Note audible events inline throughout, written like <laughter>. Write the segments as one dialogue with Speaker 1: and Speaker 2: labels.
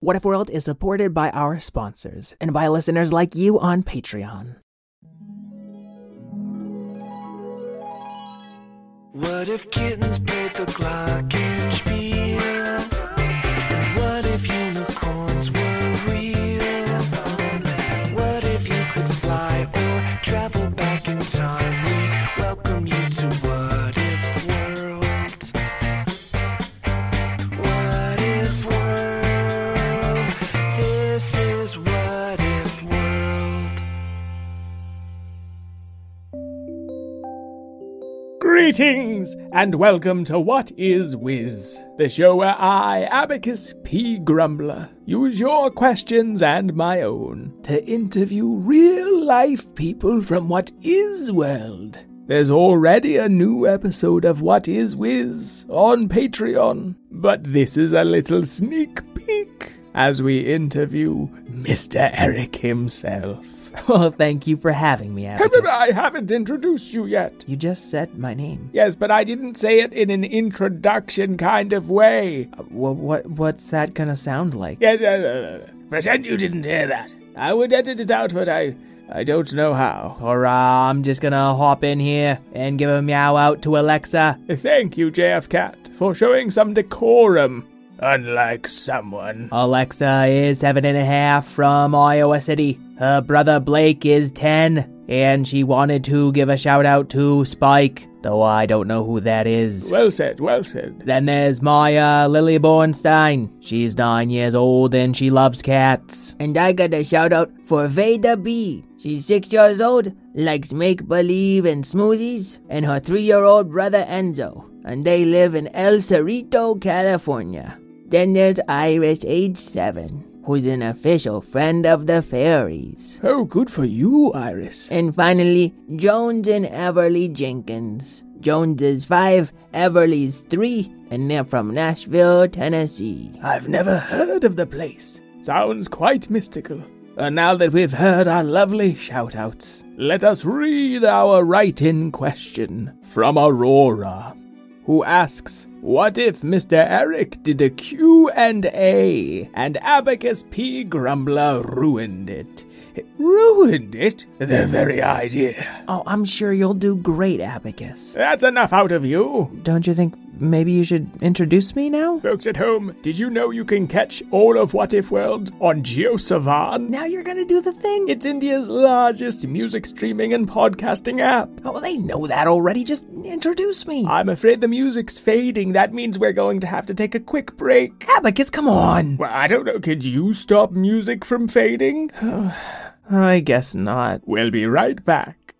Speaker 1: What If World is supported by our sponsors and by listeners like you on Patreon.
Speaker 2: What if kittens played the glockenspiel? And what if unicorns were real? What if you could fly or travel back in time? We welcome you to What If World. What if world? This is What If World.
Speaker 3: Greetings and welcome to What is Wiz, the show where I, Abacus P. Grumbler, use your questions and my own to interview real life people from What Is World. There's already a new episode of What Is Wiz on Patreon, but this is a little sneak peek as we interview Mr. Eric himself.
Speaker 1: <laughs> Well, thank you for having me, Abacus.
Speaker 3: I haven't introduced you yet.
Speaker 1: You just said my name.
Speaker 3: Yes, but I didn't say it in an introduction kind of way.
Speaker 1: Uh, wha- what what's that gonna sound like?
Speaker 3: Yes, yes, yes, yes. pretend you didn't hear that. I would edit it out, but I, I don't know how.
Speaker 1: Hurrah, I'm just gonna hop in here and give a meow out to Alexa.
Speaker 3: Thank you, JF Cat, for showing some decorum. Unlike someone.
Speaker 1: Alexa is seven and a half from Iowa City. Her brother Blake is ten, and she wanted to give a shout out to Spike, though I don't know who that is.
Speaker 3: Well said, well said.
Speaker 1: Then there's Maya Lily Bornstein. She's nine years old and she loves cats.
Speaker 4: And I got a shout out for Veda B. She's six years old, likes make believe and smoothies, and her three year old brother Enzo. And they live in El Cerrito, California. Then there's Iris, age seven, who's an official friend of the fairies.
Speaker 3: Oh, good for you, Iris.
Speaker 4: And finally, Jones and Everly Jenkins. Jones is five, Everly's three, and they're from Nashville, Tennessee.
Speaker 3: I've never heard of the place. Sounds quite mystical. And now that we've heard our lovely shout outs, let us read our write in question from Aurora, who asks What if Mr. Eric did a Q&A and Abacus P. Grumbler ruined it? Ruined it? The very idea.
Speaker 1: Oh, I'm sure you'll do great, Abacus.
Speaker 3: That's enough out of you.
Speaker 1: Don't you think maybe you should introduce me now?
Speaker 3: Folks at home, did you know you can catch all of What If World on GeoSavan?
Speaker 1: Now you're gonna do the thing?
Speaker 3: It's India's largest music streaming and podcasting app.
Speaker 1: Oh, they know that already. Just introduce me.
Speaker 3: I'm afraid the music's fading. That means we're going to have to take a quick break.
Speaker 1: Abacus, come on.
Speaker 3: Well, I don't know. Could you stop music from fading?
Speaker 1: <sighs> I guess not.
Speaker 3: We'll be right back.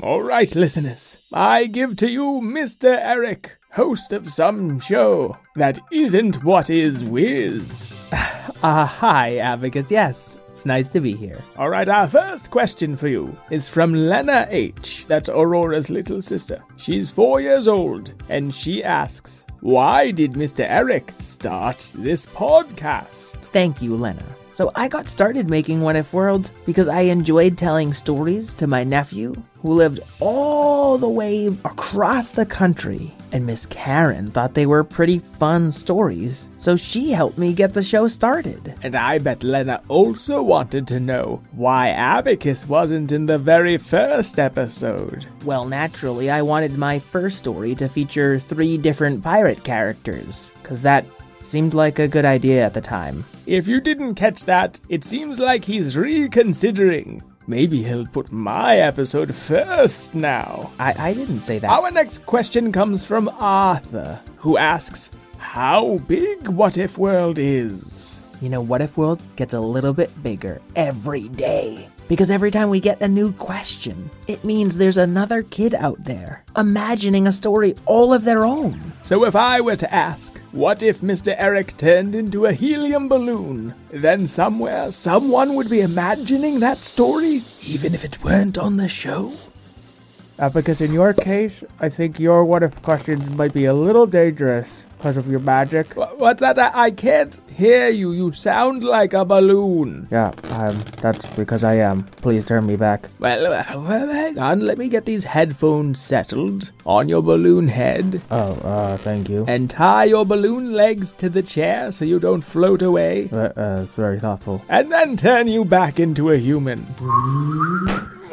Speaker 3: All right, listeners, I give to you Mr. Eric, host of some show that isn't what is whiz.
Speaker 1: Uh, hi, Abacus. Yes, it's nice to be here.
Speaker 3: All right, our first question for you is from Lena H. That's Aurora's little sister. She's four years old, and she asks, Why did Mr. Eric start this podcast?
Speaker 1: Thank you, Lena. So I got started making What If World because I enjoyed telling stories to my nephew, who lived all the way across the country. And Miss Karen thought they were pretty fun stories, so she helped me get the show started.
Speaker 3: And I bet Lena also wanted to know why Abacus wasn't in the very first episode.
Speaker 1: Well, naturally, I wanted my first story to feature three different pirate characters, because that seemed like a good idea at the time.
Speaker 3: If you didn't catch that, it seems like he's reconsidering. Maybe he'll put my episode first now.
Speaker 1: I, I didn't say that.
Speaker 3: Our next question comes from Arthur, who asks, How big What If World is?
Speaker 1: You know, What If World gets a little bit bigger every day. Because every time we get a new question, it means there's another kid out there imagining a story all of their own.
Speaker 3: So if I were to ask, What if Mr. Eric turned into a helium balloon? Then somewhere someone would be imagining that story, even if it weren't on the show?
Speaker 5: Uh, because in your case, I think your what if questions might be a little dangerous because of your magic.
Speaker 3: Wha- What's that? I, I can't hear you. You sound like a balloon.
Speaker 5: Yeah, um, that's because I am. Please turn me back.
Speaker 3: Well, uh, well, hang on. Let me get these headphones settled on your balloon head
Speaker 5: Oh, uh, thank you.
Speaker 3: and tie your balloon legs to the chair so you don't float away.
Speaker 5: Uh, uh, very thoughtful.
Speaker 3: And then turn you back into a human.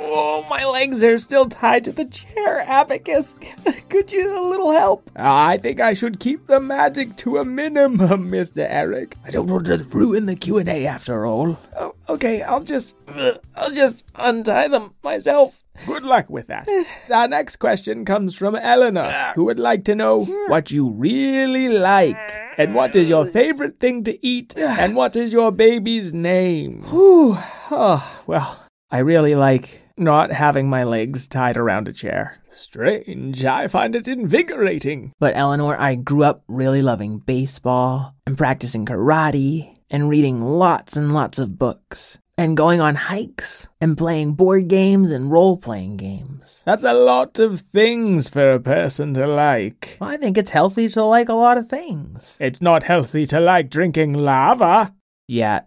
Speaker 3: Oh, my legs are still tied to the chair, Abacus. <laughs> Could you use a little help? I think I should keep the magic to a minimum, <laughs> Mr. Eric.
Speaker 1: I don't want to ruin the Q&A after all.
Speaker 3: Oh, okay, I'll just <sniffs> I'll just untie them myself. Good luck with <sighs> that. Our next question comes from Eleanor, who would like to know what you really like and what is your favorite thing to <sighs> eat and what is your baby's name. Whew. Oh, well, I really like not having my legs tied around a chair. Strange, I find it invigorating.
Speaker 1: But Eleanor, I grew up really loving baseball and practicing karate and reading lots and lots of books and going on hikes and playing board games and role playing games.
Speaker 3: That's a lot of things for a person to like.
Speaker 1: Well, I think it's healthy to like a lot of things.
Speaker 3: It's not healthy to like drinking lava.
Speaker 1: Yeah,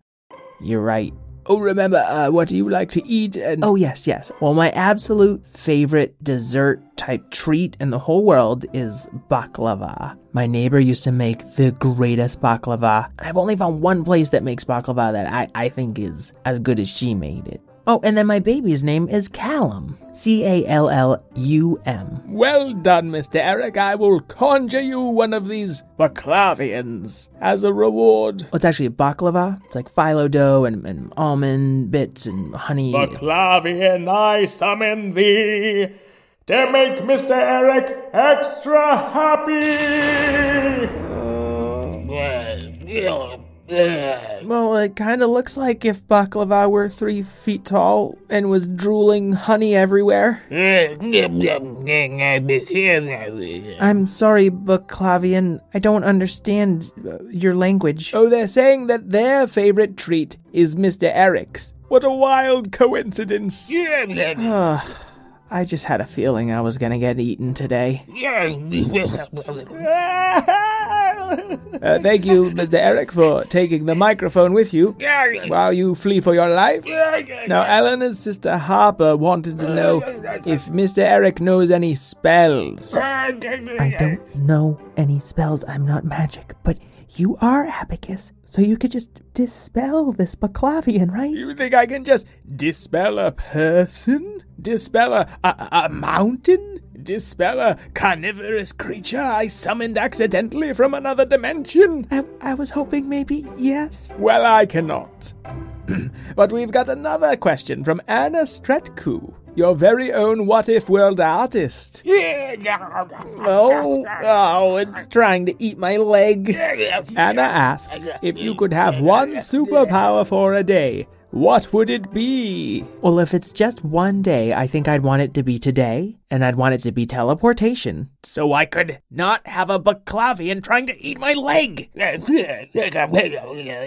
Speaker 1: you're right.
Speaker 3: Oh, remember, uh, what do you like to eat? And
Speaker 1: Oh, yes, yes. Well, my absolute favorite dessert type treat in the whole world is baklava. My neighbor used to make the greatest baklava, and I've only found one place that makes baklava that I, I think is as good as she made it. Oh, and then my baby's name is Callum. C A L L U M.
Speaker 3: well done, Mr. Eric. I will conjure you one of these Baklavians as a reward.
Speaker 1: Well, it's actually a baklava. It's like phyllo dough and, and almond bits and honey.
Speaker 6: Baklavian, I summon thee to make Mr. Eric extra happy.
Speaker 1: Well, it kind of looks like if baklava were three feet tall and was drooling honey everywhere. I'm sorry, Baklavian. I don't understand uh, your language.
Speaker 3: Oh, they're saying that their favorite treat is Mr. Eric's. What a wild coincidence.
Speaker 1: I just had a feeling I was gonna get eaten today.
Speaker 3: Uh, thank you, Mr. Eric, for taking the microphone with you while you flee for your life. Now, Eleanor's sister Harper wanted to know if Mr. Eric knows any spells.
Speaker 1: I don't know any spells. I'm not magic, but you are Abacus, so you could just dispel this Baklavian, right?
Speaker 3: You think I can just dispel a person? Dispel a, a, a mountain? Dispel a carnivorous creature I summoned accidentally from another dimension?
Speaker 1: I, I was hoping maybe yes.
Speaker 3: Well, I cannot. <clears throat> but we've got another question from Anna Stretku, your very own What If World artist. Oh, oh, it's trying to eat my leg. Anna asks if you could have one superpower for a day. What would it be?
Speaker 1: Well, if it's just one day, I think I'd want it to be today, and I'd want it to be teleportation, so I could not have a Baklavian trying to eat my leg.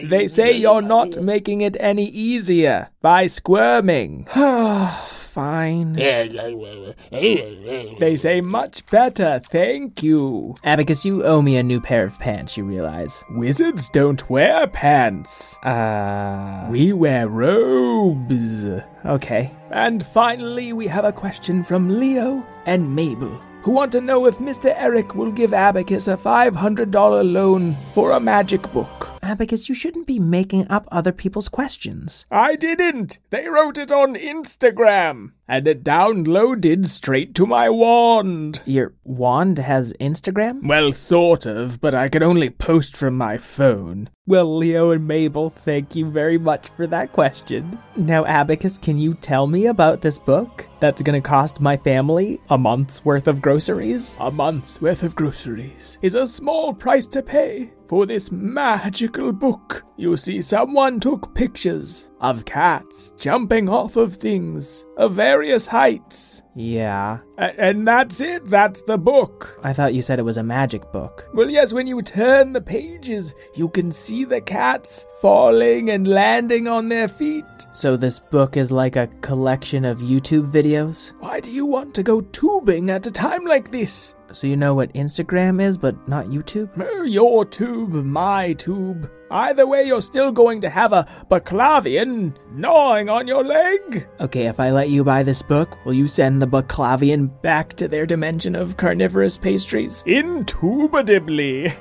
Speaker 3: They say you're not making it any easier by squirming.
Speaker 1: <sighs> Fine.
Speaker 3: They say much better, thank you.
Speaker 1: Abacus, you owe me a new pair of pants, you realize.
Speaker 3: Wizards don't wear pants.
Speaker 1: Uh,
Speaker 3: We wear robes.
Speaker 1: okay.
Speaker 3: And finally, we have a question from Leo and Mabel, who want to know if Mr. Eric will give Abacus a $500 loan for a magic book.
Speaker 1: Abacus, you shouldn't be making up other people's questions.
Speaker 3: I didn't! They wrote it on Instagram! And it downloaded straight to my wand!
Speaker 1: Your wand has Instagram?
Speaker 3: Well, sort of, but I could only post from my phone.
Speaker 1: Well, Leo and Mabel, thank you very much for that question. Now, Abacus, can you tell me about this book that's going to cost my family a month's worth of groceries?
Speaker 3: A month's worth of groceries is a small price to pay for this magical book. You see, someone took pictures of cats jumping off of things of various heights.
Speaker 1: Yeah.
Speaker 3: A- and that's it, that's the book.
Speaker 1: I thought you said it was a magic book.
Speaker 3: Well, yes, when you turn the pages, you can see the cats falling and landing on their feet.
Speaker 1: So this book is like a collection of YouTube videos?
Speaker 3: Why do you want to go tubing at a time like this?
Speaker 1: So you know what Instagram is, but not YouTube?
Speaker 3: Er, Your tube, my tube. Either way, you're still going to have a Baclavian gnawing on your leg.
Speaker 1: Okay, if I let you buy this book, will you send the Baclavian
Speaker 3: Back to their dimension of carnivorous pastries. Indubitably.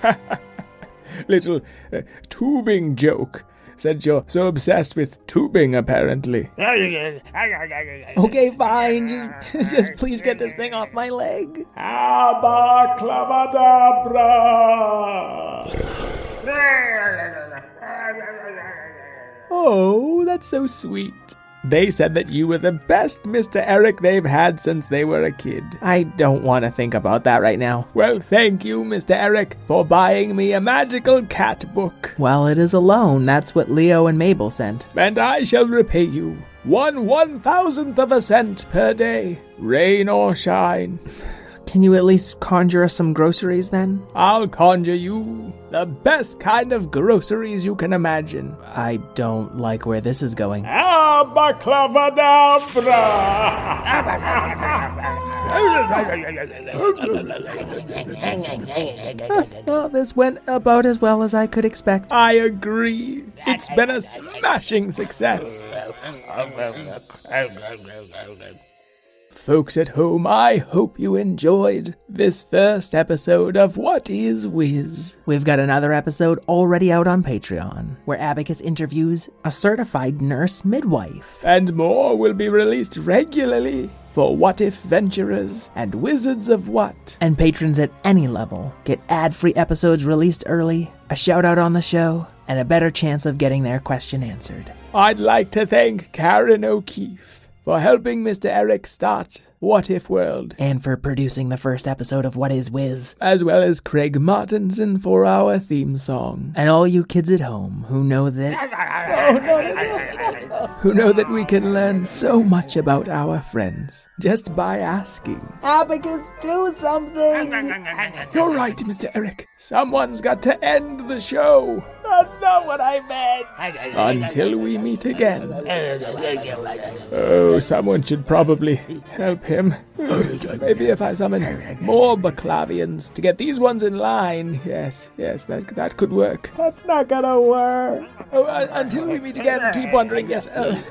Speaker 3: <laughs> Little uh, tubing joke. Since you're so obsessed with tubing, apparently. <laughs>
Speaker 1: Okay, fine. Just, just please get this thing off my leg.
Speaker 6: Abaclavadabra!
Speaker 3: Oh, that's so sweet. They said that you were the best Mr. Eric they've had since they were a kid.
Speaker 1: I don't want to think about that right now.
Speaker 3: Well, thank you, Mr. Eric, for buying me a magical cat book.
Speaker 1: Well, it is a loan. That's what Leo and Mabel sent.
Speaker 3: and I shall repay you one one thousandth of a cent per day, rain or shine.
Speaker 1: Can you at least conjure us some groceries then?
Speaker 3: I'll conjure you the best kind of groceries you can imagine.
Speaker 1: I don't like where this is going.
Speaker 3: <laughs>
Speaker 1: Well, this went about as well as I could expect.
Speaker 3: I agree. It's been a smashing success. Folks at home, I hope you enjoyed this first episode of What is Wiz.
Speaker 1: We've got another episode already out on Patreon where Abacus interviews a certified nurse midwife.
Speaker 3: and more will be released regularly for What If Venturers and Wizards of What.
Speaker 1: And patrons at any level get ad free episodes released early, a shout out on the show, and a better chance of getting their question answered.
Speaker 3: I'd like to thank Karen O'Keefe for helping Mr. Eric start What If World,
Speaker 1: And for producing the first episode of What Is Wiz.
Speaker 3: as well as Craig Martinson for our theme song.
Speaker 1: And all you kids at home who know that
Speaker 3: Who know that we can learn so much about our friends just by asking.
Speaker 1: Abacus do something!
Speaker 3: You're right, Mr. Eric. Someone's got to end the show. That's not what I meant. Until we meet again. Oh, someone should probably help him. Maybe if I summon more Baclavians to get these ones in line. Yes, yes, that, that could work.
Speaker 6: That's not gonna work.
Speaker 3: Oh, uh, until we meet again, keep wondering. Yes. Uh,